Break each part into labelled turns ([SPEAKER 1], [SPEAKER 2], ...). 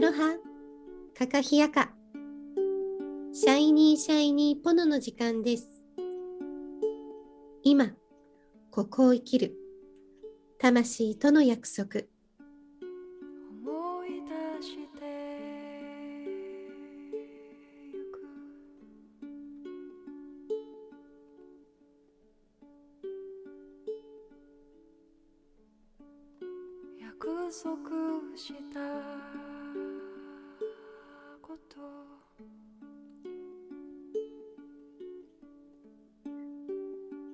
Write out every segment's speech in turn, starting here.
[SPEAKER 1] ロハカカヒヤカシャイニーシャイニーポノの時間です今ここを生きる魂との約束
[SPEAKER 2] 思い出してゆく約束したこと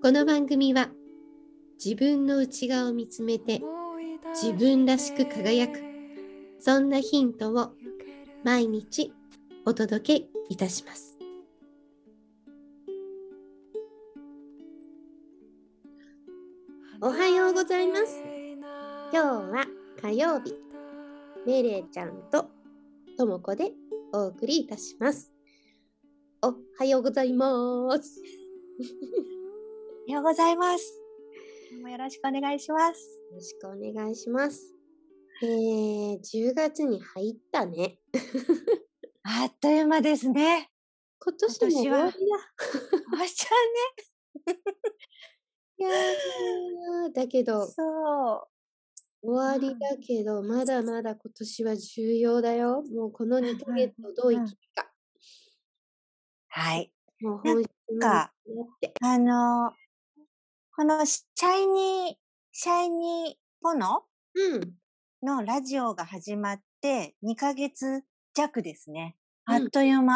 [SPEAKER 1] この番組は自分の内側を見つめて
[SPEAKER 2] 思い出して
[SPEAKER 1] 自分らしく輝くそんなヒントを
[SPEAKER 2] ゆける
[SPEAKER 1] 毎日お届けいたします。おはようございます今日は火曜日、メレちゃんとともこでお送りいたします。おはようございます。
[SPEAKER 3] おはようございます。今日もよろしくお願いします。
[SPEAKER 1] よろしくお願いします。えー、10月に入ったね。
[SPEAKER 3] あっという間ですね。
[SPEAKER 1] 今年も終わりだ。
[SPEAKER 3] おっち
[SPEAKER 1] いやーだけ
[SPEAKER 3] ゃん
[SPEAKER 1] ど
[SPEAKER 3] ね。、そ
[SPEAKER 1] 終わりだけど、まだまだ今年は重要だよ。もうこの2ヶ月をどう生きるか。
[SPEAKER 3] はい。
[SPEAKER 1] もう本質に向
[SPEAKER 3] か
[SPEAKER 1] き合って。
[SPEAKER 3] あのーこのシャイニー、シャイニーポノ
[SPEAKER 1] うん。
[SPEAKER 3] のラジオが始まって2ヶ月弱ですね。
[SPEAKER 1] うん
[SPEAKER 3] あっという間。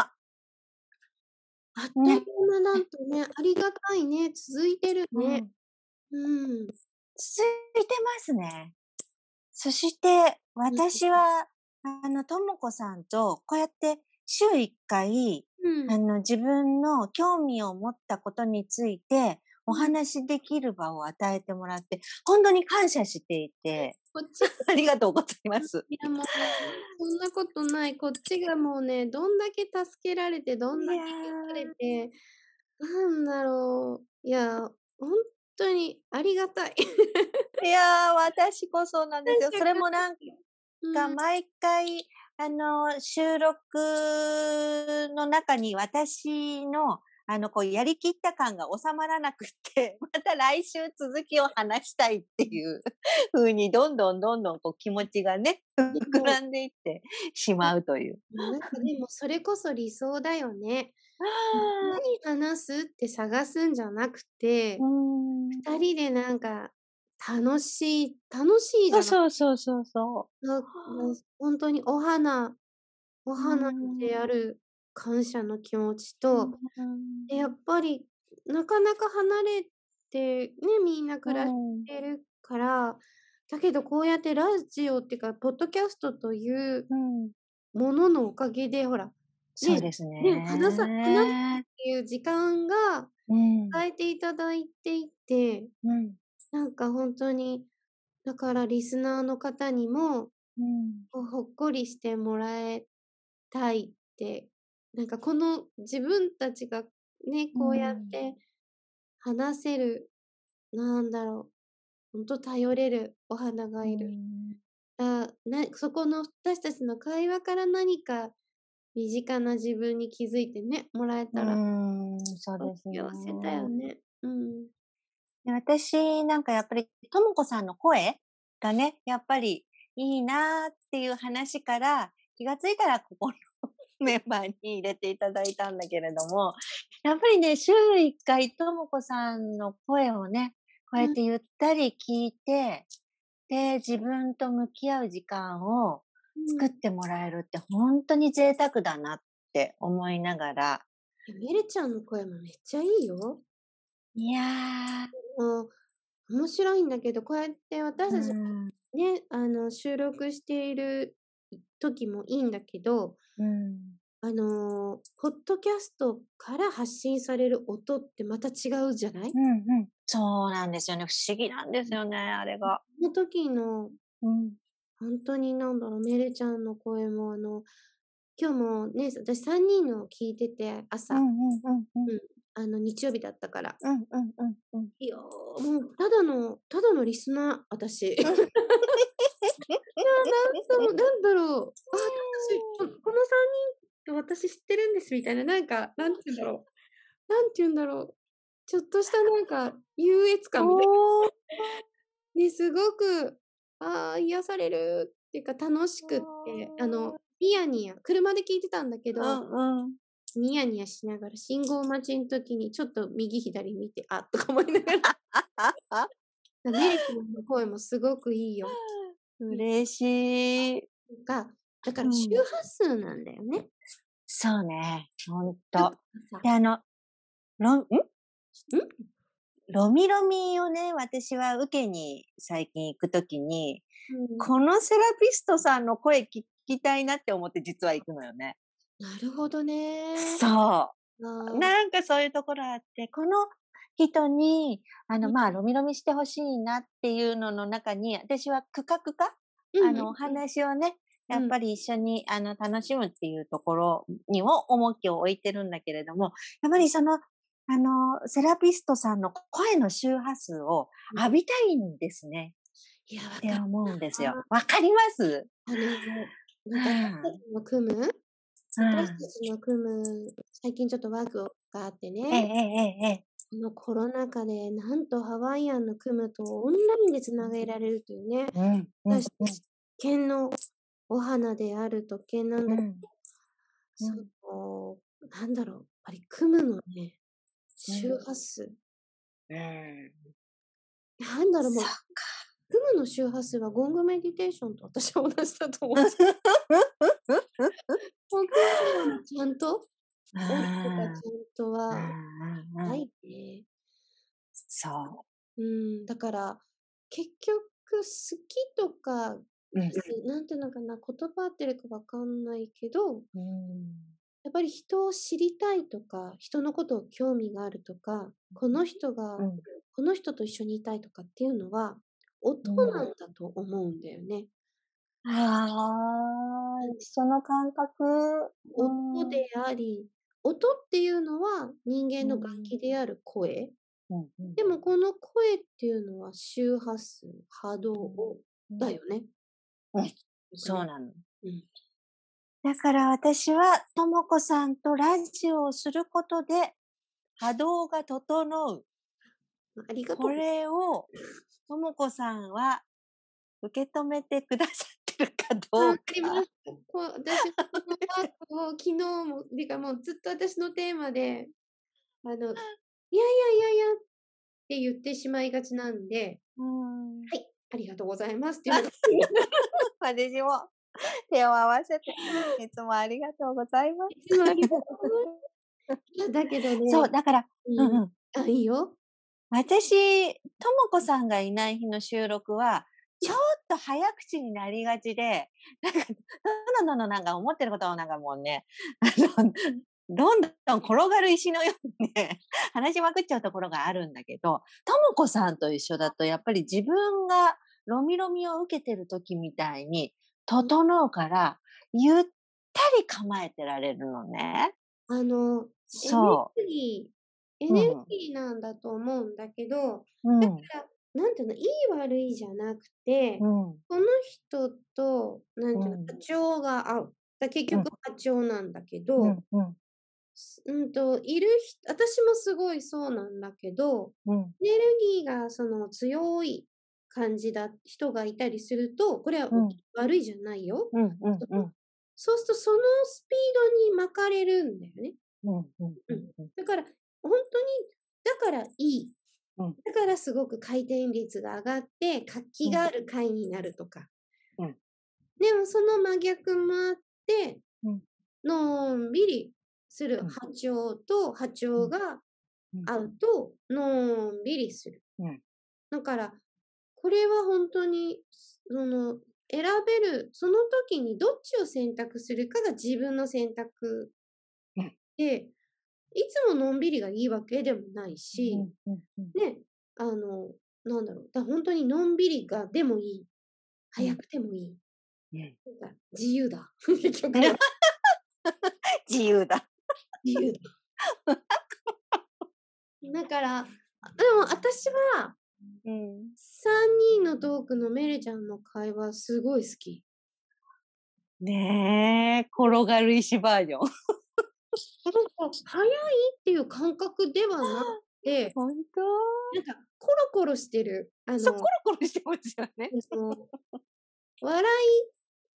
[SPEAKER 1] あっという間なんてね、ありがたいね。続いてる
[SPEAKER 3] うん
[SPEAKER 1] ね。うん。
[SPEAKER 3] 続いてますね。そして、私は、あの、ともこさんと、こうやって週1回、
[SPEAKER 1] うん
[SPEAKER 3] あの、自分の興味を持ったことについて、お話しできる場を与えてもらって、本当に感謝していて、
[SPEAKER 1] こっち、
[SPEAKER 3] ありがとうございます。
[SPEAKER 1] いやもう、そんなことない。こっちがもうね、どんだけ助けられて、どんだけ
[SPEAKER 3] いやー
[SPEAKER 1] 助けられて、なんだろう。いや、本当にありがたい。
[SPEAKER 3] いやー、私こそなんですよ。それもなん
[SPEAKER 1] うん
[SPEAKER 3] か、毎回、あの、収録の中に私の、あの、こう、やりきった感が収まらなくって、 また来週続きを話したいっていう風に、どんどんどんどん、こう、気持ちがね、 膨らんでいってしまうという。
[SPEAKER 1] なんかでも、それこそ理想だよね。何話すって探すんじゃなくて、
[SPEAKER 3] うん
[SPEAKER 1] 二人でなんか、楽しい、楽しいじゃ
[SPEAKER 3] そ
[SPEAKER 1] な
[SPEAKER 3] う
[SPEAKER 1] い
[SPEAKER 3] そうそうそうそ
[SPEAKER 1] なんかもう本当にお花、お花である感謝の気持ち
[SPEAKER 3] う。
[SPEAKER 1] と、
[SPEAKER 3] うん
[SPEAKER 1] でやっぱりなかなか離れてねみんな暮らし
[SPEAKER 3] うん
[SPEAKER 1] てるから、だけどこうやってラジオっていうかポッドキャストという
[SPEAKER 3] うん
[SPEAKER 1] もののおかげでほらっ
[SPEAKER 3] そうですね。
[SPEAKER 1] ね話さ話ていう時間が
[SPEAKER 3] うん
[SPEAKER 1] 変えていただいていて
[SPEAKER 3] うん
[SPEAKER 1] なんか本当にだからリスナーの方にも
[SPEAKER 3] うん
[SPEAKER 1] こうほっこりしてもらえたいってなんかこの自分たちがねこうやっ
[SPEAKER 3] うん
[SPEAKER 1] て話せる、なんだろうほんと頼れるお花がいる、あなそこの私たちの会話から何か身近な自分に気づいてねもらえたら
[SPEAKER 3] うんそうですね
[SPEAKER 1] 幸せだよね。うん
[SPEAKER 3] で私なんかやっぱりともこさんの声がねやっぱりいいなーっていう話から気がついたらここのメンバーに入れていただいたんだけれどもやっぱりね週1回ともこさんの声をねこうやってゆったり聞いて、で自分と向き合う時間を作ってもらえるって本当に贅沢だなって思いながら
[SPEAKER 1] うんメルちゃんの声もめっちゃいいよ。
[SPEAKER 3] いや
[SPEAKER 1] もう面白いんだけどこうやって
[SPEAKER 3] ー
[SPEAKER 1] 私たち
[SPEAKER 3] うん
[SPEAKER 1] ね、あの収録している時もいいんだけど、
[SPEAKER 3] うん
[SPEAKER 1] あのーポッドキャストから発信される音ってまた違うじゃない、
[SPEAKER 3] うんうん。そうなんですよね。不思議なんですよね、あれが。
[SPEAKER 1] その時の
[SPEAKER 3] うん。
[SPEAKER 1] 本当になんだろうメレちゃんの声もあの今日もね私3人のを聞いてて朝、
[SPEAKER 3] うんうんうん
[SPEAKER 1] うんあの日曜日だったから
[SPEAKER 3] うんうんうんうん。
[SPEAKER 1] いやーもうただのただのリスナー私いやーなんとなんだろうあ私この3人と私知ってるんですみたいな、なんか、なんて言うんだろう。なんて言うんだろう。ちょっとしたなんか、優越感みたい
[SPEAKER 3] おー
[SPEAKER 1] な。ね、すごく、ああ、癒されるっていうか、楽しくって、あの、ニヤニヤ、車で聞いてたんだけど、
[SPEAKER 3] うんうん。
[SPEAKER 1] ニヤニヤしながら、信号待ちの時に、ちょっと右左見て、あとか思いながら、
[SPEAKER 3] ああ あ
[SPEAKER 1] メイクの声もすごくいいよ。
[SPEAKER 3] 嬉しい。
[SPEAKER 1] が、だか
[SPEAKER 3] う
[SPEAKER 1] ら
[SPEAKER 3] ん
[SPEAKER 1] 周波数なんだよね。
[SPEAKER 3] そうね。ほん
[SPEAKER 1] だか
[SPEAKER 3] と。
[SPEAKER 1] ら
[SPEAKER 3] で、
[SPEAKER 1] さ
[SPEAKER 3] あの、ロン、んロミロミをね、私は受けに最近行くときに、
[SPEAKER 1] うん
[SPEAKER 3] このセラピストさんの声聞きたいなって思って実は行くのよね。
[SPEAKER 1] なるほどね。
[SPEAKER 3] そう。
[SPEAKER 1] あー
[SPEAKER 3] なんかそういうところあって、この人に、あ
[SPEAKER 1] う
[SPEAKER 3] の、
[SPEAKER 1] ん
[SPEAKER 3] まあ、ロミロミしてほしいなっていうのの中に、私は区画化、
[SPEAKER 1] うん
[SPEAKER 3] あの、お話をね、
[SPEAKER 1] うん
[SPEAKER 3] やっぱり一緒に、あの、楽しむっていうところにも重きを置いてるんだけれども、やっぱりその、あの、セラピストさんの声の周波数を
[SPEAKER 1] うん
[SPEAKER 3] 浴びたいんですね。
[SPEAKER 1] いや、わか
[SPEAKER 3] って
[SPEAKER 1] っ
[SPEAKER 3] 思うんですよ
[SPEAKER 1] あ。
[SPEAKER 3] わかります
[SPEAKER 1] たね。なんか私たちの組む、
[SPEAKER 3] うん
[SPEAKER 1] 私たちの組む、最近ちょっとワークがあって
[SPEAKER 3] ええ、
[SPEAKER 1] ね、
[SPEAKER 3] ええ、ええ。
[SPEAKER 1] このコロナ禍で、なんとハワイアンの組むとオンラインでつなげられるというね、
[SPEAKER 3] うん、うん、
[SPEAKER 1] 私たち、県のお花である特権なん
[SPEAKER 3] う
[SPEAKER 1] だけ
[SPEAKER 3] ん。
[SPEAKER 1] ど、
[SPEAKER 3] うん
[SPEAKER 1] その、なんだろう、やっぱり組むのね、周波数、
[SPEAKER 3] うん。
[SPEAKER 1] なんだろう、もう
[SPEAKER 3] そ、
[SPEAKER 1] クムの周波数はゴングメディテーションと私は同じだと思うんですけど。もうクムのちゃんと、
[SPEAKER 3] う
[SPEAKER 1] 音とかちゃ
[SPEAKER 3] ん
[SPEAKER 1] んと
[SPEAKER 3] うん
[SPEAKER 1] は、
[SPEAKER 3] うんうん
[SPEAKER 1] ないね。
[SPEAKER 3] そ
[SPEAKER 1] うん、だから、結局、好きとか、
[SPEAKER 3] う。うん
[SPEAKER 1] なんていうのかな、言葉合ってるかわかんないけど、
[SPEAKER 3] うん
[SPEAKER 1] やっぱり人を知りたいとか、人のことを興味があるとか、この人が、
[SPEAKER 3] うん
[SPEAKER 1] この人と一緒にいたいとかっていうのは、音なんだと思うんだよね。
[SPEAKER 3] ああ、一緒の感覚。
[SPEAKER 1] 音であり、音っていうのは人間の楽器である声。
[SPEAKER 3] うんうん
[SPEAKER 1] でもこの声っていうのは周波数、波動をだよね。
[SPEAKER 3] うんそうなの。
[SPEAKER 1] うん
[SPEAKER 3] だから私は、ともこさんとラジオをすることで、波動が整う。
[SPEAKER 1] ありがとう
[SPEAKER 3] こ。れを、ともこさんは、受け止めてくださってるかど
[SPEAKER 1] わ
[SPEAKER 3] う
[SPEAKER 1] かりま
[SPEAKER 3] か
[SPEAKER 1] し。たこ う私、このワークを 昨日も、てかもうずっと私のテーマで、あの、いやいやいやいやって言ってしまいがちなんで、
[SPEAKER 3] うん
[SPEAKER 1] はい、ありがとうございますっていうのが
[SPEAKER 3] 私も手を合わせて、いつもありがとうございま
[SPEAKER 1] いつもありがとうござい ます。いやだけどね、
[SPEAKER 3] す。そう、だから、
[SPEAKER 1] うん
[SPEAKER 3] うんうん
[SPEAKER 1] あ、いいよ。
[SPEAKER 3] 私、ともこさんがいない日の収録は、ちょっと早口になりがちで、なんか、どんどんどんどんなんか思ってることをなんかもうね、あの、どんどん転がる石のようにね、話しまくっちゃうところがあるんだけど、ともこさんと一緒だと、やっぱり自分がロミロミを受けてる時みたいに、整うから、ゆったり構えてられるのね。
[SPEAKER 1] あの、
[SPEAKER 3] そ
[SPEAKER 1] エネルギー、エ
[SPEAKER 3] うん
[SPEAKER 1] ネルギーなんだと思うんだけど、
[SPEAKER 3] う。うん
[SPEAKER 1] だか。ら、なんていうの、いい悪いじゃなくて、
[SPEAKER 3] うん。
[SPEAKER 1] この人と、なんていう
[SPEAKER 3] うん
[SPEAKER 1] の、波長が合う。だ結
[SPEAKER 3] うん
[SPEAKER 1] 局波長なんだけど、う
[SPEAKER 3] う。
[SPEAKER 1] ん
[SPEAKER 3] うん。
[SPEAKER 1] と、いる人、私もすごいそうなんだけど、
[SPEAKER 3] うん。
[SPEAKER 1] エネルギーがその強い感じだ、人がいたりすると、これは
[SPEAKER 3] うん
[SPEAKER 1] 悪いじゃないよ。
[SPEAKER 3] うん。うん。うん。
[SPEAKER 1] そうすると、そのスピードに巻かれるんだよね。
[SPEAKER 3] うんうんう
[SPEAKER 1] うん
[SPEAKER 3] うん
[SPEAKER 1] だから、本当に、だからいい。
[SPEAKER 3] うん
[SPEAKER 1] だからすごく回転率が上がって、活気がある回になるとか。
[SPEAKER 3] うん
[SPEAKER 1] でも、その真逆もあって、
[SPEAKER 3] うん
[SPEAKER 1] のんびりする
[SPEAKER 3] うん
[SPEAKER 1] 波長と波長が
[SPEAKER 3] うん
[SPEAKER 1] 合うと、のんびりする。
[SPEAKER 3] うん
[SPEAKER 1] だから、これは本当に、その、選べる、その時にどっちを選択するかが自分の選択
[SPEAKER 3] うん
[SPEAKER 1] で、いつものんびりがいいわけでもないし、
[SPEAKER 3] うんうん
[SPEAKER 1] ね、あの、なんだろう、だから本当にのんびりがでもいい。早くてもいい。
[SPEAKER 3] うん
[SPEAKER 1] なんか自由 だ。結局は
[SPEAKER 3] 自由だ。
[SPEAKER 1] 自 由だ。だから、でも私は
[SPEAKER 3] うん。
[SPEAKER 1] 3人のトークのメルちゃんの会話すごい好き。
[SPEAKER 3] ねえ、転がる石バージョン。
[SPEAKER 1] 早いっていう感覚ではなくて、
[SPEAKER 3] 本当
[SPEAKER 1] なんかコロコロしてる。あの、
[SPEAKER 3] そう、コロコロしてますよね。
[SPEAKER 1] その笑い、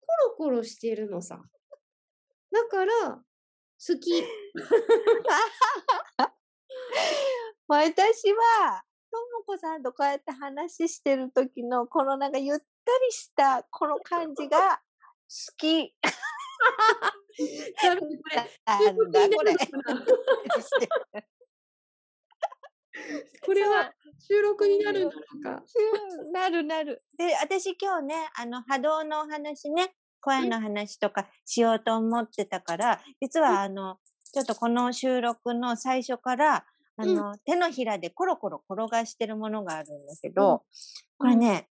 [SPEAKER 1] コロコロしてるのさ。だから、好き。
[SPEAKER 3] 私は、ともこさんとこうやって話してる時の、このなんかゆったりした、この感じが、好き
[SPEAKER 1] 多分こ
[SPEAKER 3] だ
[SPEAKER 1] れ、
[SPEAKER 3] んだ、これ。
[SPEAKER 1] 収録になるのかなこれは収録になるのか。
[SPEAKER 3] うんなるなる。で、私今日ね、あの、波動のお話ね、声の話とかしようと思ってたから、実はあの、ちょっとこの収録の最初から、あ
[SPEAKER 1] うん
[SPEAKER 3] の、手のひらでコロコロ転がしてるものがあるんだけど、これ
[SPEAKER 1] うん
[SPEAKER 3] ね、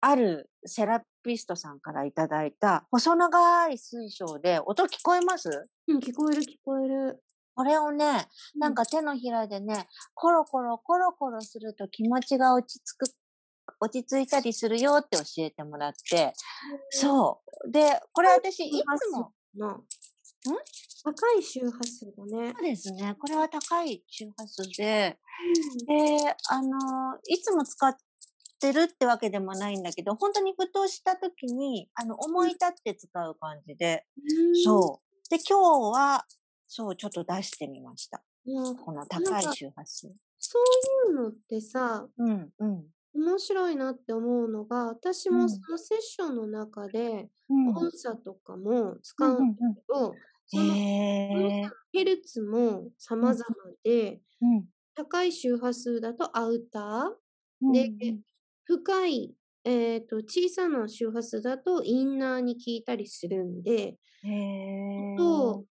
[SPEAKER 3] あるセラピストさんからいただいた細長い水晶で音聞こえます
[SPEAKER 1] うん、聞こえる聞こえる。
[SPEAKER 3] これをね、なんか手のひらでね、コロコロコロコロすると気持ちが落ち着く、落ち着いたりするよって教えてもらって、そう。で、これ私い
[SPEAKER 1] 周波
[SPEAKER 3] つ
[SPEAKER 1] 数
[SPEAKER 3] も、
[SPEAKER 1] な。高い周波数だね。
[SPEAKER 3] そうですね、これは高い周波数で、で、あの、いつも使ってるってわけでもないんだけど、本当にふとした時に、あの、思い立って使う感じで、そう。で、今日は、そう、ちょっと出してみました。
[SPEAKER 1] うん。もう
[SPEAKER 3] この高い
[SPEAKER 1] か
[SPEAKER 3] 周波数。
[SPEAKER 1] そういうのってさ、
[SPEAKER 3] うん、うん。
[SPEAKER 1] 面白いなって思うのが、私
[SPEAKER 3] うん
[SPEAKER 1] もそのセッションの中で、
[SPEAKER 3] うん
[SPEAKER 1] 音差とかも使うんだけど、その
[SPEAKER 3] へ
[SPEAKER 1] 音
[SPEAKER 3] え
[SPEAKER 1] 差、ヘルツも様々で、
[SPEAKER 3] うん
[SPEAKER 1] 高い周波数だとアウター、
[SPEAKER 3] うん
[SPEAKER 1] で深い、えー、と小さな周波数だとインナーに効いたりするんで、
[SPEAKER 3] うんへえ
[SPEAKER 1] 音を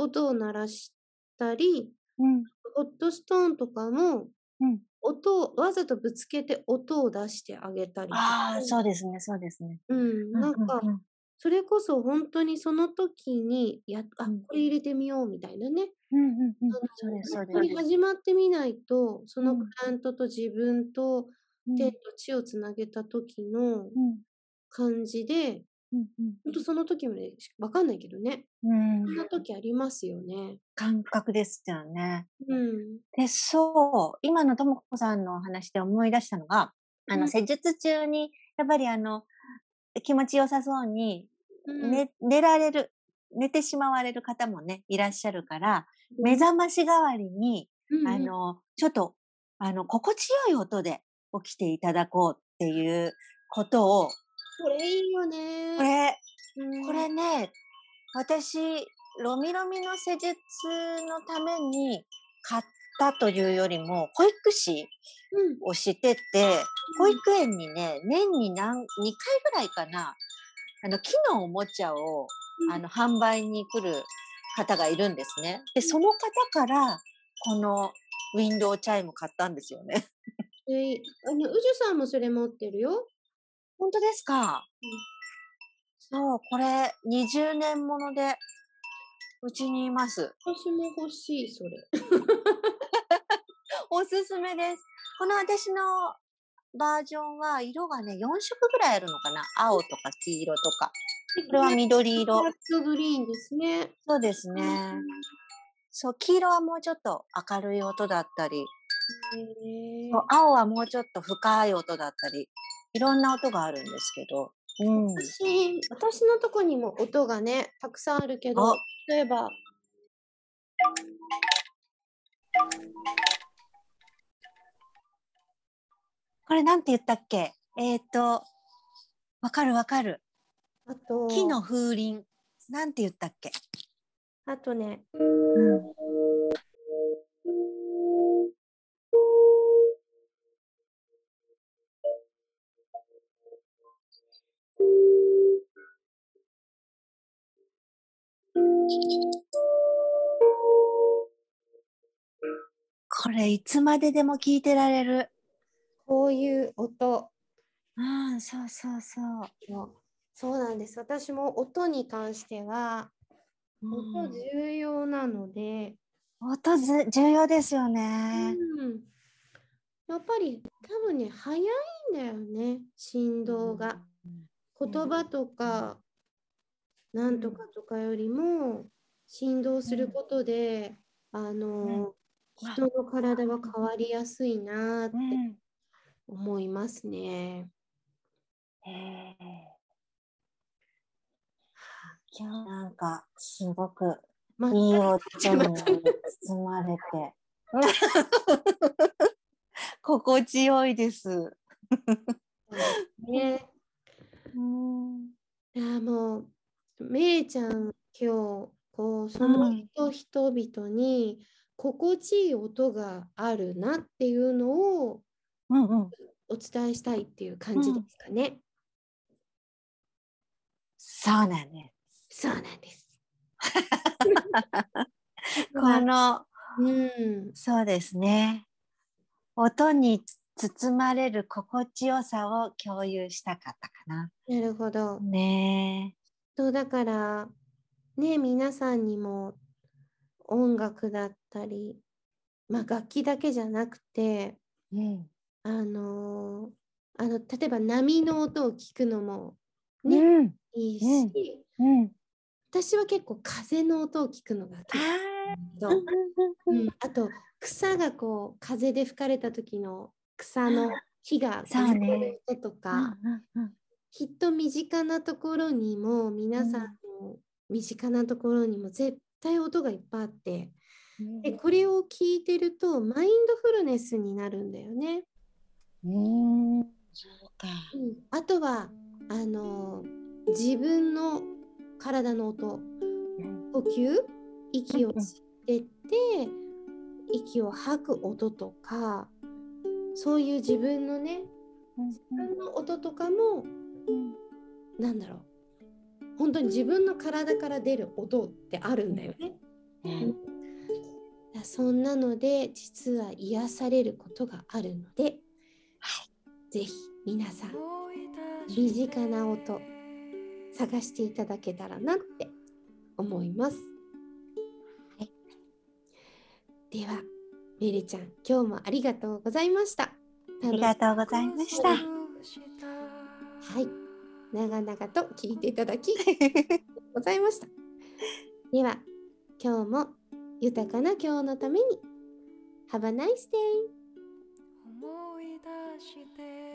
[SPEAKER 1] 音を鳴らしたり、
[SPEAKER 3] うん
[SPEAKER 1] ホットストーンとかも、
[SPEAKER 3] うん
[SPEAKER 1] 音をわざとぶつけて音を出してあげたりと
[SPEAKER 3] あ
[SPEAKER 1] か
[SPEAKER 3] あ、そうですね、そうですね。
[SPEAKER 1] うん、なんか、
[SPEAKER 3] うう
[SPEAKER 1] それこそ本当にその時にやっ、あ、
[SPEAKER 3] うん
[SPEAKER 1] これ入れてみようみたいなね。
[SPEAKER 3] うんうんうんうんそうです、そう
[SPEAKER 1] 本
[SPEAKER 3] で
[SPEAKER 1] 当に
[SPEAKER 3] す。
[SPEAKER 1] 始まってみないと、そうの
[SPEAKER 3] ん
[SPEAKER 1] クライアントと自分と
[SPEAKER 3] うん
[SPEAKER 1] 天と地をつなげた時の
[SPEAKER 3] うん
[SPEAKER 1] 感じで、
[SPEAKER 3] うんうん
[SPEAKER 1] 本当その時もね、わかんないけどね。
[SPEAKER 3] うん
[SPEAKER 1] そんな時ありますよね。
[SPEAKER 3] 感覚ですよね。
[SPEAKER 1] うん。
[SPEAKER 3] で、そう、今のともこさんのお話で思い出したのが、あ
[SPEAKER 1] う
[SPEAKER 3] の、
[SPEAKER 1] ん
[SPEAKER 3] 施術中に、やっぱりあの、気持ちよさそうに、
[SPEAKER 1] うん
[SPEAKER 3] 寝、寝られる、寝てしまわれる方もね、いらっしゃるから、
[SPEAKER 1] うん
[SPEAKER 3] 目覚まし代わりに、
[SPEAKER 1] うん
[SPEAKER 3] あの、ちょっと、あの、心地よい音で起きていただこうっていうことを、
[SPEAKER 1] これいいよね。
[SPEAKER 3] これ、
[SPEAKER 1] うん、
[SPEAKER 3] これね、私、ロミロミの施術のために買ったというよりも、保育士
[SPEAKER 1] うん、
[SPEAKER 3] をしてて、保育園にね、年に何、2回ぐらいかな、あの、木のおもちゃを、あの、販売に来る方がいるんですね。で、その方から、このウィンドウチャイム買ったんですよね。
[SPEAKER 1] えいあの、うじゅさんもそれ持ってるよ。
[SPEAKER 3] 本当ですか、
[SPEAKER 1] うん
[SPEAKER 3] そう、これ、20年もので、うちにいます。
[SPEAKER 1] 私も欲しい、それ。
[SPEAKER 3] おすすめです。この私のバージョンは、色がね、4色ぐらいあるのかな青とか黄色とか。これは緑
[SPEAKER 1] ブ
[SPEAKER 3] 色
[SPEAKER 1] ラッ。クグリーンですね。
[SPEAKER 3] そうですね。そう、黄色はもうちょっと明るい音だったり、
[SPEAKER 1] へー
[SPEAKER 3] そう青はもうちょっと深い音だったり、いろんな音があるんですけど。うん。
[SPEAKER 1] 私、私のとこにも音がね、たくさんあるけ
[SPEAKER 3] あ
[SPEAKER 1] ど、例えば、
[SPEAKER 3] これなんて言ったっけえっ、と、わかるわかる。
[SPEAKER 1] あと、
[SPEAKER 3] 木の風鈴。なんて言ったっけ、
[SPEAKER 1] あとね、
[SPEAKER 3] うん、これいつまででも聞いてられる。
[SPEAKER 1] こういう音。
[SPEAKER 3] うん、そうそうそう。
[SPEAKER 1] そうなんです。私も音に関しては、
[SPEAKER 3] う
[SPEAKER 1] 音
[SPEAKER 3] ん
[SPEAKER 1] 重要なので、
[SPEAKER 3] 音ず重要ですよ
[SPEAKER 1] う
[SPEAKER 3] ね。
[SPEAKER 1] ん、やっぱり多分ね、早いんだよね、振動が。
[SPEAKER 3] うん
[SPEAKER 1] 言葉とか、なんとかとかよりも振動することで、あの、
[SPEAKER 3] うん
[SPEAKER 1] 人の体は変わりやすいなって
[SPEAKER 3] うん
[SPEAKER 1] 思いますね。
[SPEAKER 3] へえ。いや、なんか、すご く、
[SPEAKER 1] まあ、
[SPEAKER 3] いいお
[SPEAKER 1] ち
[SPEAKER 3] 茶
[SPEAKER 1] ゃ
[SPEAKER 3] に
[SPEAKER 1] また
[SPEAKER 3] 包まれて。心地よいです。
[SPEAKER 1] ね、
[SPEAKER 3] うん。
[SPEAKER 1] いやもうめいちゃん今日こうそうの
[SPEAKER 3] ん
[SPEAKER 1] 人人々に心地いい音があるなっていうのを
[SPEAKER 3] うんうん。
[SPEAKER 1] お伝えしたいっていう感じですかね。
[SPEAKER 3] そうなんで
[SPEAKER 1] そうなん です。
[SPEAKER 3] す。この、
[SPEAKER 1] うん、
[SPEAKER 3] そうですね。音に包まれる心地よさを共有したかったかな。
[SPEAKER 1] なるほど。
[SPEAKER 3] ね
[SPEAKER 1] そうだからね皆さんにも音楽だったり、まあ、楽器だけじゃなくて
[SPEAKER 3] え。うん。
[SPEAKER 1] あのーあの例えば波の音を聞くのもね、
[SPEAKER 3] うん。
[SPEAKER 1] いいし、
[SPEAKER 3] うんうん。
[SPEAKER 1] 私は結構風の音を聞くのが
[SPEAKER 3] あ
[SPEAKER 1] 結構
[SPEAKER 3] あ。
[SPEAKER 1] 好
[SPEAKER 3] うん
[SPEAKER 1] き
[SPEAKER 3] う
[SPEAKER 1] う
[SPEAKER 3] んうん
[SPEAKER 1] ん、あと草がこう風で吹かれた時の草 の火が
[SPEAKER 3] そうね
[SPEAKER 1] こう音とか、
[SPEAKER 3] うんうん。
[SPEAKER 1] きっと身近なところにも皆さんの身近なところにも絶対音がいっぱいあって
[SPEAKER 3] うん
[SPEAKER 1] でこれを聞いてるとマインドフルネスになるんだよね。
[SPEAKER 3] うーん、そうか。
[SPEAKER 1] あとはあの自分の体の音呼吸息を吸ってって息を吐く音とかそういう自分のね自分の音とかもなんだろう本当に自分の体から出る音ってあるんだよね。そんなので実は癒されることがあるので、ぜひ皆さん身近な音探していただけたらなって思います。はい、ではメルちゃん今日もありがとうございました。
[SPEAKER 3] ありがとうございました。
[SPEAKER 2] は
[SPEAKER 3] はい
[SPEAKER 1] い長々と聞いていただきありがとうございました。では今日も豊かな今日のために Have a nice day!
[SPEAKER 2] 思い出して